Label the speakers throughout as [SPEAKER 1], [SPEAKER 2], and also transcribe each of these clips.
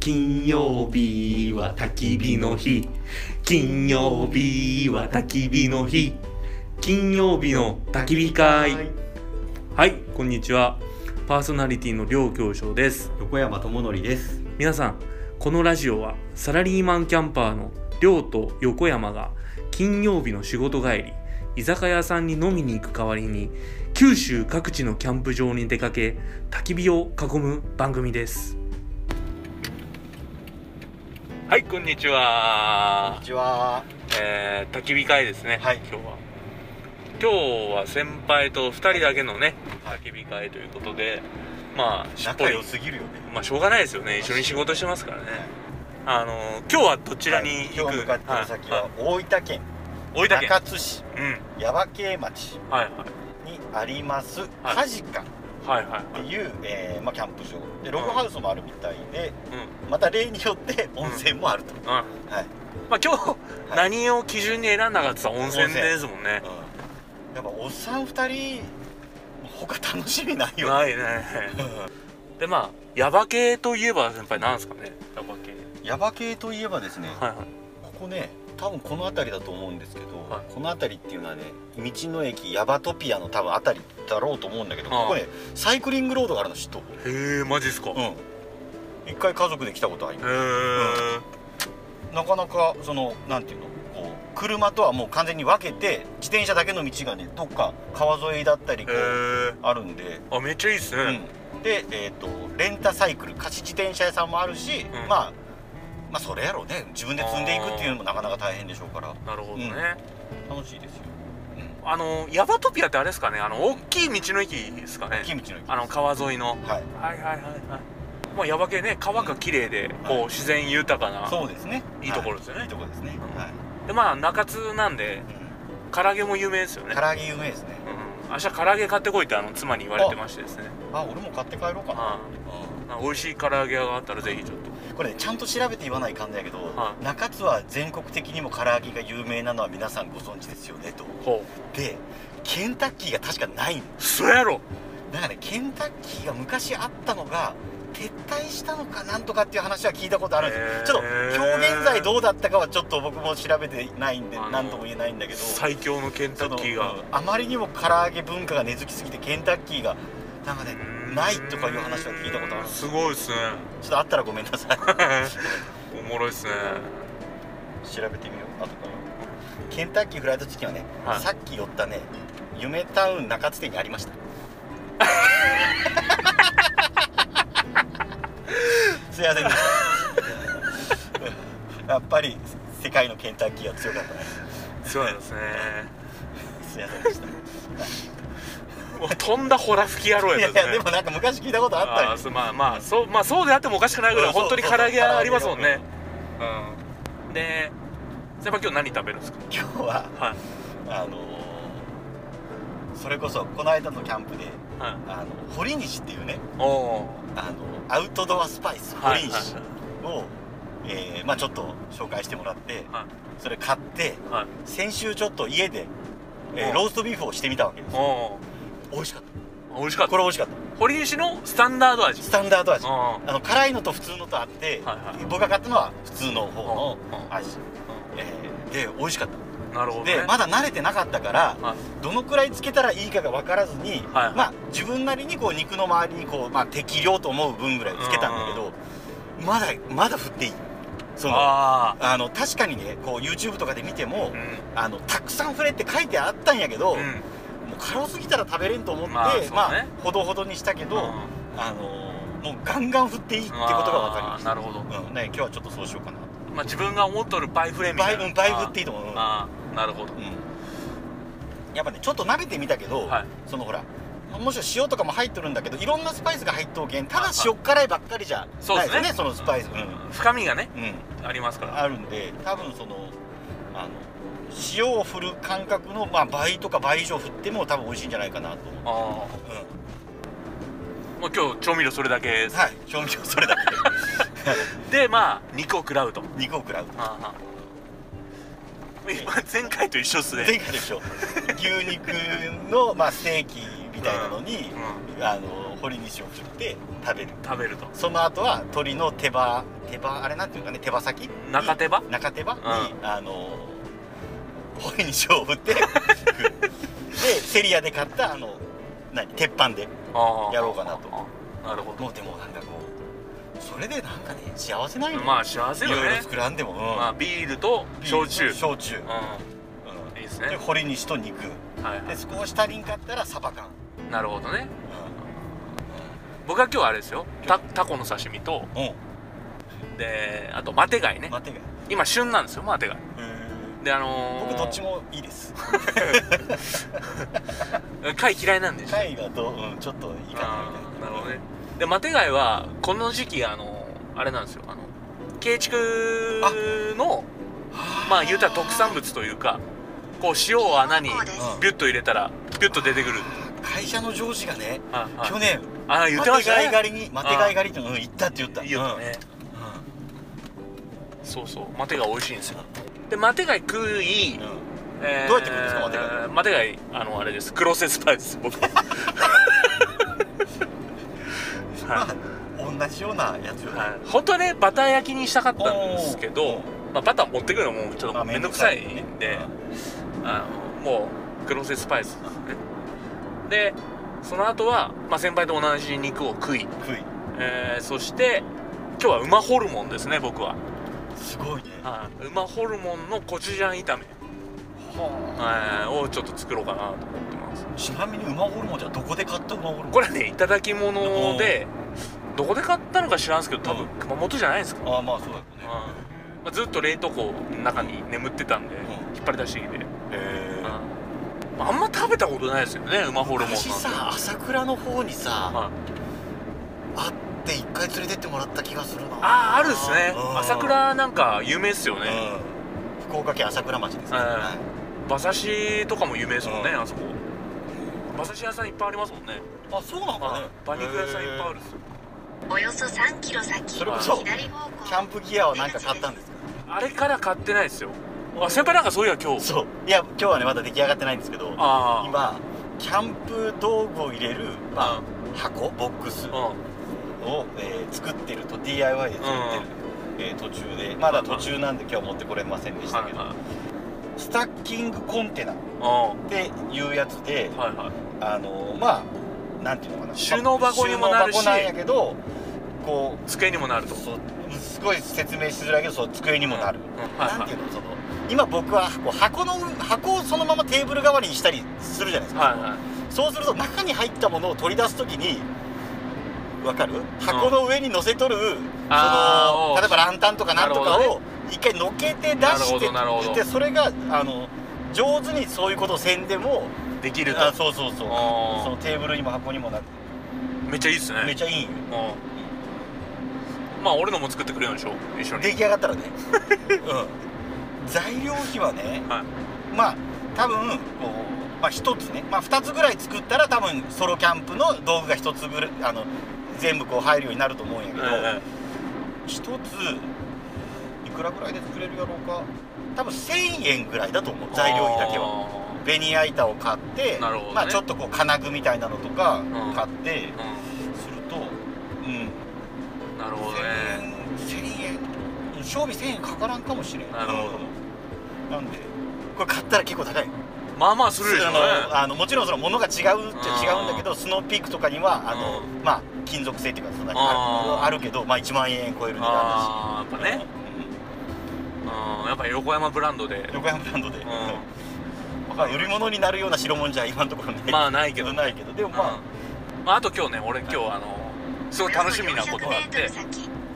[SPEAKER 1] 金曜日は焚き火の日金曜日は焚き火の日金曜日の焚き火会はい、こんにちはパーソナリティの両教授です
[SPEAKER 2] 横山智則です。
[SPEAKER 1] 皆さんこのラジオはサラリーマンキャンパーの亮と横山が金曜日の仕事帰り居酒屋さんに飲みに行く代わりに九州各地のキャンプ場に出かけ焚き火を囲む番組ですはいこんにち
[SPEAKER 2] こん
[SPEAKER 1] は
[SPEAKER 2] に、ちは。
[SPEAKER 1] えー、焚き火会ですね、
[SPEAKER 2] はい
[SPEAKER 1] 今日は今日は先輩と2人だけのね
[SPEAKER 2] はい
[SPEAKER 1] 焚き火会ということでまあしっぽ
[SPEAKER 2] 仲
[SPEAKER 1] り
[SPEAKER 2] 良すぎるよね。
[SPEAKER 1] まあしょうがないですよね一緒に仕事してますからね
[SPEAKER 2] はい
[SPEAKER 1] あの今日はどちらに行く、
[SPEAKER 2] 今日向かってる先は大分県
[SPEAKER 1] いい大分県
[SPEAKER 2] 中津市
[SPEAKER 1] うん
[SPEAKER 2] 耶馬渓町
[SPEAKER 1] はいはい
[SPEAKER 2] にありますカジカっ
[SPEAKER 1] はいはい
[SPEAKER 2] ていう、えーまあ、キャンプ場でログハウスもあるみたいで、
[SPEAKER 1] う
[SPEAKER 2] また例によって温泉もあると、
[SPEAKER 1] んはい
[SPEAKER 2] はい、
[SPEAKER 1] まあ今日、何を基準に選んだかって言ったら温泉ですもんね
[SPEAKER 2] うんやっぱおっさん2人他楽しみないよね
[SPEAKER 1] ないねでまあヤバ系といえば先輩なんですかねヤバ系
[SPEAKER 2] 耶馬渓といえばですね
[SPEAKER 1] はいはい
[SPEAKER 2] ここね多分この辺りだと思うんですけど、
[SPEAKER 1] はい
[SPEAKER 2] この辺りっていうのはね道の駅ヤバトピアの多分辺りだろうと思うんだけど
[SPEAKER 1] ああ
[SPEAKER 2] ここねサイクリングロードがあるの知っとう
[SPEAKER 1] へえマジっすか、
[SPEAKER 2] う
[SPEAKER 1] へ
[SPEAKER 2] ん一回家族で来たことありま
[SPEAKER 1] え
[SPEAKER 2] すなかなかそのなんていうのこう車とはもう完全に分けて自転車だけの道がねどっか川沿いだったりこ
[SPEAKER 1] へ
[SPEAKER 2] う、
[SPEAKER 1] え
[SPEAKER 2] あるんで、
[SPEAKER 1] あめっちゃいいっすね、
[SPEAKER 2] うんでえっ、とレンタサイクル貸し自転車屋さんもあるし、
[SPEAKER 1] うん
[SPEAKER 2] まあまあそれやろうね自分で積んでいくっていうのもなかなか大変でしょうから
[SPEAKER 1] なるほどね、
[SPEAKER 2] 楽しいですよ、うん
[SPEAKER 1] あのヤバトピアってあれですかねあの大きい道の駅ですかね
[SPEAKER 2] 大きい道の駅
[SPEAKER 1] あの川沿いの
[SPEAKER 2] はい
[SPEAKER 1] はいはいはいはいもうヤバ系ね川が綺麗でこう自然豊かな
[SPEAKER 2] そうですね
[SPEAKER 1] いいところですよね
[SPEAKER 2] はいいいところですね、
[SPEAKER 1] うん
[SPEAKER 2] はい
[SPEAKER 1] でまあ中津なんで唐揚げも有名ですよ
[SPEAKER 2] うん
[SPEAKER 1] ね
[SPEAKER 2] 唐揚げ有名ですね
[SPEAKER 1] うん明日唐揚げ買ってこいってあの妻に言われてましてですね
[SPEAKER 2] あ俺も買って帰ろうかな、
[SPEAKER 1] はい
[SPEAKER 2] う
[SPEAKER 1] 美味しい唐揚げ屋があったらぜひちょっ
[SPEAKER 2] んこれねちゃんと調べて言わないかんだけど、
[SPEAKER 1] はい
[SPEAKER 2] 中津は全国的にも唐揚げが有名なのは皆さんご存知ですよね
[SPEAKER 1] と
[SPEAKER 2] と
[SPEAKER 1] ほ
[SPEAKER 2] でケンタッキーが確かないん
[SPEAKER 1] うそやろ
[SPEAKER 2] だからねケンタッキーが昔あったのが撤退したのかなんとかっていう話は聞いたことあるんですよ
[SPEAKER 1] へ
[SPEAKER 2] ち
[SPEAKER 1] ー
[SPEAKER 2] ょっと今日現在どうだったかはちょっと僕も調べてないんで
[SPEAKER 1] あの
[SPEAKER 2] 何とも言えないんだけど
[SPEAKER 1] 最強のケンタッキーが
[SPEAKER 2] そのあまりにも唐揚げ文化が根付きすぎてケンタッキーがなんかねないとかいう話は聞いたことあるんです
[SPEAKER 1] す
[SPEAKER 2] よ
[SPEAKER 1] ごい ですね
[SPEAKER 2] ちょっとあったらごめんなさい
[SPEAKER 1] おもろいですね
[SPEAKER 2] 調べてみよう後からケンタッキーフライドチキンはね、
[SPEAKER 1] はい
[SPEAKER 2] さっき寄ったね夢タウン中津店にありました すいませんでしたやっぱり世界のケンタッキーは強かったね
[SPEAKER 1] そうなん ですね
[SPEAKER 2] すいませんでした
[SPEAKER 1] もう飛んだほら吹き野郎
[SPEAKER 2] い
[SPEAKER 1] や
[SPEAKER 2] や
[SPEAKER 1] っ
[SPEAKER 2] い
[SPEAKER 1] た
[SPEAKER 2] や
[SPEAKER 1] ですね
[SPEAKER 2] でもなんか昔聞いたことあったよ
[SPEAKER 1] あーそうまあまあそうまあそうであってもおかしくないぐらい
[SPEAKER 2] うんそう
[SPEAKER 1] 本当に唐揚げ屋ありますもんねうんで先輩今日何食べるんですか
[SPEAKER 2] 今日は
[SPEAKER 1] はい
[SPEAKER 2] あのーそれこそこの間のキャンプで
[SPEAKER 1] はい
[SPEAKER 2] あの堀西っていうね
[SPEAKER 1] おお
[SPEAKER 2] あのアウトドアスパイス
[SPEAKER 1] は
[SPEAKER 2] 堀
[SPEAKER 1] い
[SPEAKER 2] 西を、えーまあ、ちょっと紹介してもらって
[SPEAKER 1] はい
[SPEAKER 2] それ買って
[SPEAKER 1] はい
[SPEAKER 2] 先週ちょっと家で、えー
[SPEAKER 1] うん
[SPEAKER 2] ローストビーフをしてみたわけです
[SPEAKER 1] おお
[SPEAKER 2] 美味しかった
[SPEAKER 1] 美味しかった
[SPEAKER 2] これ美味しかった
[SPEAKER 1] 堀西のスタンダード味
[SPEAKER 2] スタンダード味
[SPEAKER 1] うんは
[SPEAKER 2] あの辛いのと普通のとあって、
[SPEAKER 1] はいはい
[SPEAKER 2] 僕が買ったのは普通の方の
[SPEAKER 1] うん
[SPEAKER 2] 味、えーで美味しかった
[SPEAKER 1] いなるほどね
[SPEAKER 2] でまだ慣れてなかったから
[SPEAKER 1] はい
[SPEAKER 2] どのくらいつけたらいいかが分からずに、
[SPEAKER 1] はい
[SPEAKER 2] まあ自分なりにこう肉の周りにこう、まあ、適量と思う分ぐらいつけたんだけどまだまだ振っていいそのあ
[SPEAKER 1] あ
[SPEAKER 2] の確かにねこう YouTube とかで見ても
[SPEAKER 1] あうん
[SPEAKER 2] あのたくさん振れって書いてあったんやけど、
[SPEAKER 1] う
[SPEAKER 2] も
[SPEAKER 1] ん
[SPEAKER 2] う辛すぎたら食べれんと思って、
[SPEAKER 1] ま
[SPEAKER 2] ま
[SPEAKER 1] あ
[SPEAKER 2] あ
[SPEAKER 1] そうね
[SPEAKER 2] ほどほどにしたけど、
[SPEAKER 1] うん
[SPEAKER 2] あのもうガンガン振っていいってことが分かりま
[SPEAKER 1] あー
[SPEAKER 2] し
[SPEAKER 1] なるほど
[SPEAKER 2] た、うんね、今日はちょっとそうしようかな
[SPEAKER 1] まあ自分が思っとるバイフレみ
[SPEAKER 2] バ
[SPEAKER 1] た
[SPEAKER 2] イ
[SPEAKER 1] いな
[SPEAKER 2] ブバイブっていいと思う、うん
[SPEAKER 1] あーあーなるほど
[SPEAKER 2] うんやっぱねちょっと舐めてみたけど、
[SPEAKER 1] はい
[SPEAKER 2] そのほらもちろん塩とかも入っとるんだけどいろんなスパイスが入っとうけんただ塩辛いばっかりじゃないです
[SPEAKER 1] そう
[SPEAKER 2] よ
[SPEAKER 1] で
[SPEAKER 2] ね
[SPEAKER 1] す
[SPEAKER 2] そ
[SPEAKER 1] ね
[SPEAKER 2] のスパイスうん、
[SPEAKER 1] 深みがね
[SPEAKER 2] うん
[SPEAKER 1] ありますから
[SPEAKER 2] あるんで多分そのあの塩を振る感覚の、まあ、倍とか倍以上振っても多分美味しいんじゃないかなと思う、
[SPEAKER 1] ああ
[SPEAKER 2] う
[SPEAKER 1] もう今日調味料それだけで
[SPEAKER 2] ん、
[SPEAKER 1] す
[SPEAKER 2] はい調味料それだけ
[SPEAKER 1] でまあ肉を食らうと
[SPEAKER 2] 肉を食らう
[SPEAKER 1] ああ前回と一緒っすね
[SPEAKER 2] 前回でしょ牛肉の、まあ、ステーキみたいなのに、
[SPEAKER 1] うん
[SPEAKER 2] あの堀西を振って食べる
[SPEAKER 1] 食べると
[SPEAKER 2] その後は鳥の手羽手羽あれなんていうかね手羽先
[SPEAKER 1] 中手羽
[SPEAKER 2] 中手羽に、
[SPEAKER 1] う
[SPEAKER 2] あの堀西を振 ってでセリアで買ったあの何鉄板で
[SPEAKER 1] あー
[SPEAKER 2] やろうかなと
[SPEAKER 1] あーなるほ
[SPEAKER 2] もうでもなんかこうそれでなんかね幸せない
[SPEAKER 1] ど
[SPEAKER 2] ね、
[SPEAKER 1] まあ幸せ
[SPEAKER 2] い
[SPEAKER 1] よ
[SPEAKER 2] ろいろ
[SPEAKER 1] ね
[SPEAKER 2] 膨らんでも、うん
[SPEAKER 1] まあビールと焼酎
[SPEAKER 2] 焼酎、うん
[SPEAKER 1] うんいいですね
[SPEAKER 2] で堀西と肉
[SPEAKER 1] はいは
[SPEAKER 2] で少し足りんかったらサバ缶、
[SPEAKER 1] いなるほどね
[SPEAKER 2] う
[SPEAKER 1] 僕は今日あれですよ
[SPEAKER 2] 今
[SPEAKER 1] た
[SPEAKER 2] 日
[SPEAKER 1] タコの刺身と
[SPEAKER 2] んうん
[SPEAKER 1] であとマテ貝ね
[SPEAKER 2] 待ってが
[SPEAKER 1] 今旬なんですよマテ貝であのー、
[SPEAKER 2] 僕どっちもいいです
[SPEAKER 1] 貝嫌いなんでしょ
[SPEAKER 2] 貝がどう、うん、ちょっといいか
[SPEAKER 1] あ
[SPEAKER 2] なみ
[SPEAKER 1] ー
[SPEAKER 2] た
[SPEAKER 1] ない
[SPEAKER 2] な
[SPEAKER 1] るほどねでマテ貝はこの時期あのあれなんですよあの軽畜のまあ言うたら特産物というかこう塩を穴にビュッと入れたらビュッと出てくる
[SPEAKER 2] 会社の上司がね
[SPEAKER 1] ああ
[SPEAKER 2] 去年
[SPEAKER 1] ああ言ってました
[SPEAKER 2] マテガイ
[SPEAKER 1] ね
[SPEAKER 2] 狩りにマテガイ狩りっていうのを行ったって言った
[SPEAKER 1] いいよね
[SPEAKER 2] う
[SPEAKER 1] そうそうマテ貝美味しいんですよでマテ貝食い
[SPEAKER 2] ん、うんうん
[SPEAKER 1] え
[SPEAKER 2] どうやって食うんですかマテ貝
[SPEAKER 1] マテ貝あのあれです黒瀬スパイス 僕はい
[SPEAKER 2] まあ同じようなやつよね、
[SPEAKER 1] はい本当はねバター焼きにしたかったんですけど
[SPEAKER 2] おー、
[SPEAKER 1] まあ、バター持ってくるのもちょっと
[SPEAKER 2] まあ
[SPEAKER 1] 面倒くさい
[SPEAKER 2] 面
[SPEAKER 1] ん
[SPEAKER 2] 倒
[SPEAKER 1] で、
[SPEAKER 2] くさいね
[SPEAKER 1] あのもう黒瀬スパイスですねでその後は、まあ、先輩と同じ肉を食い、
[SPEAKER 2] うん食い
[SPEAKER 1] えーそして今日は馬ホルモンですね僕は
[SPEAKER 2] すごいね
[SPEAKER 1] あー馬ホルモンのコチュジャン炒め
[SPEAKER 2] は
[SPEAKER 1] えーをちょっと作ろうかなと思ってます
[SPEAKER 2] あちなみに馬ホルモンじゃどこで買った馬ホルモン
[SPEAKER 1] これはねいただき物でどこで買ったのか知らんすけど多分熊本じゃないですか、
[SPEAKER 2] ああまあそうだよね
[SPEAKER 1] うんまあ、ずっと冷凍庫の中に眠ってたんで
[SPEAKER 2] ん
[SPEAKER 1] 引っ張り出してきて、うん
[SPEAKER 2] へえ
[SPEAKER 1] まあ、あんま食べたことないですよね馬ホルモンなんて
[SPEAKER 2] 昔さ朝倉の方にさ、
[SPEAKER 1] はい
[SPEAKER 2] あって一回連れてってもらった気がするな
[SPEAKER 1] あああるっすね
[SPEAKER 2] うん
[SPEAKER 1] 朝倉なんか有名っすよ
[SPEAKER 2] う
[SPEAKER 1] ね、
[SPEAKER 2] ん福岡県朝倉町ですね、
[SPEAKER 1] うん
[SPEAKER 2] はい
[SPEAKER 1] 馬刺しとかも有名ですもんね、
[SPEAKER 2] うん
[SPEAKER 1] あそこ馬刺し屋さんいっぱいありますもんね、
[SPEAKER 2] あそうなんだね
[SPEAKER 1] あ馬肉屋さんいっぱいあるっすよ
[SPEAKER 3] およそ3キロ先
[SPEAKER 2] それ
[SPEAKER 1] こ
[SPEAKER 3] 左
[SPEAKER 1] そ
[SPEAKER 3] 方向
[SPEAKER 2] キャンプギアは何か買ったんですか
[SPEAKER 1] あれから買ってないっすよあ先輩なんかそういや今日
[SPEAKER 2] そういや今日はねまだ出来上がってないんですけど
[SPEAKER 1] ああ
[SPEAKER 2] 今キャンプ道具を入れる、まあ、箱ボックスを、
[SPEAKER 1] うん
[SPEAKER 2] えー作ってると DIY で作ってる、えー途中でまだ途中なんで今日持ってこれませんでしたけど
[SPEAKER 1] はい
[SPEAKER 2] スタッキングコンテナっ
[SPEAKER 1] はい
[SPEAKER 2] ていうやつで
[SPEAKER 1] うんはいはい
[SPEAKER 2] あのまあなんていうのかな
[SPEAKER 1] 収納箱にもなるし
[SPEAKER 2] 収納箱なんやけどこ
[SPEAKER 1] 机にもなる
[SPEAKER 2] う
[SPEAKER 1] と
[SPEAKER 2] そうすごい説明しづらいけどそう机にもなる、
[SPEAKER 1] うんうんはいは
[SPEAKER 2] なん
[SPEAKER 1] い
[SPEAKER 2] ていうのその今僕はこう箱の箱をそのままテーブル代わりにしたりするじゃないですか、
[SPEAKER 1] はいはい
[SPEAKER 2] そうすると中に入ったものを取り出すときにわかる箱の上に乗せとる、
[SPEAKER 1] あー
[SPEAKER 2] そ
[SPEAKER 1] おう
[SPEAKER 2] の例えばランタンとかなんとか
[SPEAKER 1] なるほ
[SPEAKER 2] を一回のけて出
[SPEAKER 1] なるほ
[SPEAKER 2] して
[SPEAKER 1] どなるほど
[SPEAKER 2] でそれがあの上手にそういうことをせんでも
[SPEAKER 1] できると
[SPEAKER 2] あそうそうそう
[SPEAKER 1] あー
[SPEAKER 2] そのテーブルにも箱にもなく
[SPEAKER 1] めっちゃいいっすね
[SPEAKER 2] めっちゃいいよ
[SPEAKER 1] うんまあ俺のも作ってくれるんでしょ一緒に
[SPEAKER 2] 出来上が ったらね、うん、材料費はね、
[SPEAKER 1] はい
[SPEAKER 2] まあ多分こう、まあ、1つね、まあ、2つぐらい作ったら多分ソロキャンプの道具が1つぐらいあの全部こう入るようになると思うんやけど、
[SPEAKER 1] はいはい
[SPEAKER 2] 一1ついくらぐらいで作れるやろうか多分1,000円ぐらいだと思う材料費だけは。ベニヤ板を買って、
[SPEAKER 1] なるほどね
[SPEAKER 2] まあ、ちょっとこう金具みたいなのとか
[SPEAKER 1] ん
[SPEAKER 2] 買って、
[SPEAKER 1] あー
[SPEAKER 2] すると、うん、
[SPEAKER 1] うんなるほど
[SPEAKER 2] 1000
[SPEAKER 1] ね
[SPEAKER 2] 円賞味1000円かからんかもしれん
[SPEAKER 1] なるほど
[SPEAKER 2] うんなんでこれ買ったら結構高い
[SPEAKER 1] まあまあするでしょうね
[SPEAKER 2] あのあのもちろんその物が違うっちゃ違うんだけどスノーピークとかにはあの、
[SPEAKER 1] う
[SPEAKER 2] まあ金属製っていうかそんなに
[SPEAKER 1] あー
[SPEAKER 2] あるけど、まあ、1万円超える値段
[SPEAKER 1] ああやっ
[SPEAKER 2] だし
[SPEAKER 1] ぱね、うん、やっぱ横山ブランドで
[SPEAKER 2] うん、横山ブランドで、
[SPEAKER 1] うん
[SPEAKER 2] まあ、売り物になるような 白物じゃ今のところね
[SPEAKER 1] まあないけど
[SPEAKER 2] ないけどでもまあ、
[SPEAKER 1] うんまああと今日ね俺今日あのすごい楽しみなことがあって、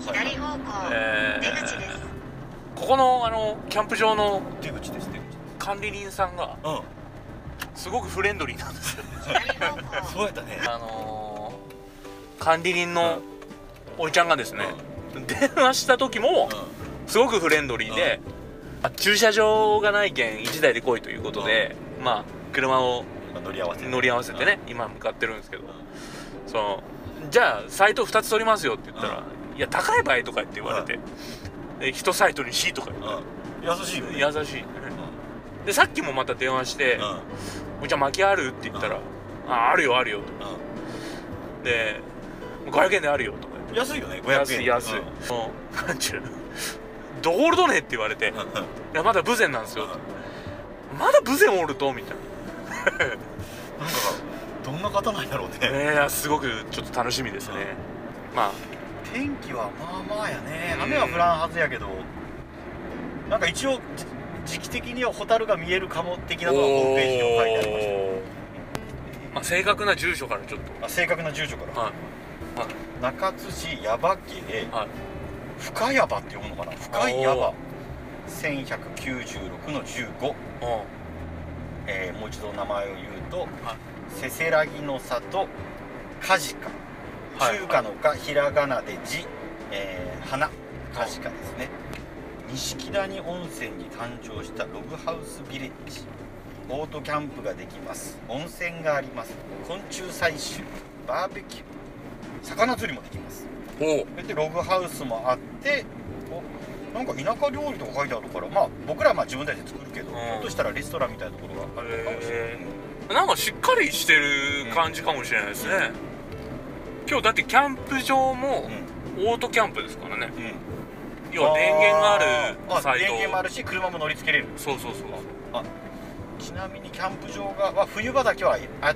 [SPEAKER 3] 左方向、
[SPEAKER 1] え
[SPEAKER 3] 出口です
[SPEAKER 1] ー、ここのあのキャンプ場の
[SPEAKER 2] 出口です出口です
[SPEAKER 1] 管理人さんが
[SPEAKER 2] うん
[SPEAKER 1] すごくフレンドリーなんですよ
[SPEAKER 3] 左方向
[SPEAKER 2] そうやったね
[SPEAKER 1] あのー、管理人のおいちゃんがですね、電話した時もすごくフレンドリーで、あ駐車場がないけん1台で来いということで、まあ車を
[SPEAKER 2] うん乗り合わせ
[SPEAKER 1] 乗り合わせてね、今向かってるんですけど、そのじゃあサイト2つ取りますよって言ったら、いや高い場合とかって言われて、で1サイトに C とか
[SPEAKER 2] うん優しいよね
[SPEAKER 1] 優しい、でさっきもまた電話して
[SPEAKER 2] うん
[SPEAKER 1] 「おじゃ巻きある?」って言ったら「ああるよあるよと
[SPEAKER 2] う
[SPEAKER 1] でもう500円であるよとか
[SPEAKER 2] ん、安いよね500円
[SPEAKER 1] 安い安い、
[SPEAKER 2] うん
[SPEAKER 1] そのなんちゅうどこおるとねって言われて「い
[SPEAKER 2] うんうん
[SPEAKER 1] やまだ豊前なんですよ」まだ豊前おると」みたい
[SPEAKER 2] なんかどんな方なんやろうね
[SPEAKER 1] な、ね、いやすごくちょっと楽しみですねまあ
[SPEAKER 2] 天気はまあまあやね雨は降らんはずやけどなんか一応じ時期的にはホタルが見えるかも的なのがホームページにも書いてありまし
[SPEAKER 1] まあ、正確な住所からちょっと
[SPEAKER 2] たあ正確な住所から、
[SPEAKER 1] はい
[SPEAKER 2] 中津市矢場家、
[SPEAKER 1] はい
[SPEAKER 2] 深矢場って読むのかな深い矢場1196の15、
[SPEAKER 1] うん
[SPEAKER 2] えーもう一度名前を言うと、
[SPEAKER 1] は
[SPEAKER 2] せせらぎの里カジカ
[SPEAKER 1] はい
[SPEAKER 2] 中華のか、ひらがなで字、えー花カジカですね錦谷温泉に誕生したログハウスビレッジオートキャンプができます温泉があります昆虫採集バーベキュー魚釣りもできます
[SPEAKER 1] おう
[SPEAKER 2] それでログハウスもあっておなんか田舎料理とか書いてあるからまあ僕らはまあ自分たちで作るけど、
[SPEAKER 1] うん
[SPEAKER 2] ひょっとしたらレストランみたいなところがあるのかもしれない、
[SPEAKER 1] へなんかしっかりしてる感じかもしれないですね、今日だってキャンプ場もオートキャンプですからね
[SPEAKER 2] うんうん
[SPEAKER 1] 要は電源がある
[SPEAKER 2] あ
[SPEAKER 1] サイト
[SPEAKER 2] 電源もあるし車も乗り付けれる
[SPEAKER 1] そうそうそう
[SPEAKER 2] ちなみにキャンプ場が、まあ、冬場だけはあ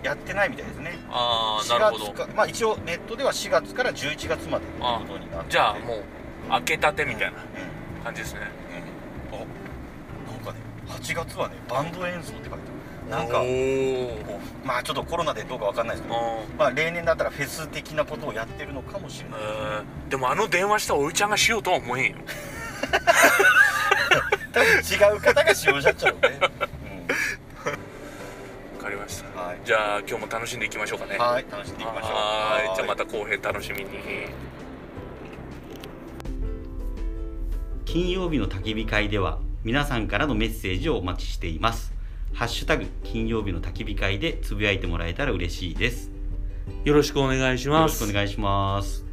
[SPEAKER 2] やってないみたいですね
[SPEAKER 1] ああ
[SPEAKER 2] 4
[SPEAKER 1] なるほ
[SPEAKER 2] 月
[SPEAKER 1] ど
[SPEAKER 2] かまあ一応ネットでは4月から11月までということになって
[SPEAKER 1] じゃあ
[SPEAKER 2] う
[SPEAKER 1] もう開けたてみたいな
[SPEAKER 2] う
[SPEAKER 1] 感じですね
[SPEAKER 2] ん、うんおなんかね8月はねバンド演奏って書いてあるなんか
[SPEAKER 1] おー
[SPEAKER 2] こうまあちょっとコロナでどうかわかんないですけど
[SPEAKER 1] あ
[SPEAKER 2] まあ例年だったらフェス的なことをやってるのかもし
[SPEAKER 1] ー
[SPEAKER 2] れない
[SPEAKER 1] えーでもあの電話したおいちゃんがしようとは思えんよ
[SPEAKER 2] 多分違う方が使用しちゃっちゃうよね、
[SPEAKER 1] わかりました
[SPEAKER 2] うん、はい
[SPEAKER 1] じゃあ今日も楽しんでいきましょうかね
[SPEAKER 2] はい楽しんでいきましょう
[SPEAKER 1] はいじゃあま
[SPEAKER 2] た
[SPEAKER 1] た後編楽しみに
[SPEAKER 4] 金曜日の焚き火会では皆さんからのメッセージをお待ちしていますハッシュタグ金曜日の焚き火会でつぶやいてもらえたら嬉しいです
[SPEAKER 1] よろしくお願いし
[SPEAKER 4] よろ
[SPEAKER 1] ま
[SPEAKER 4] し
[SPEAKER 1] す
[SPEAKER 4] くお願いします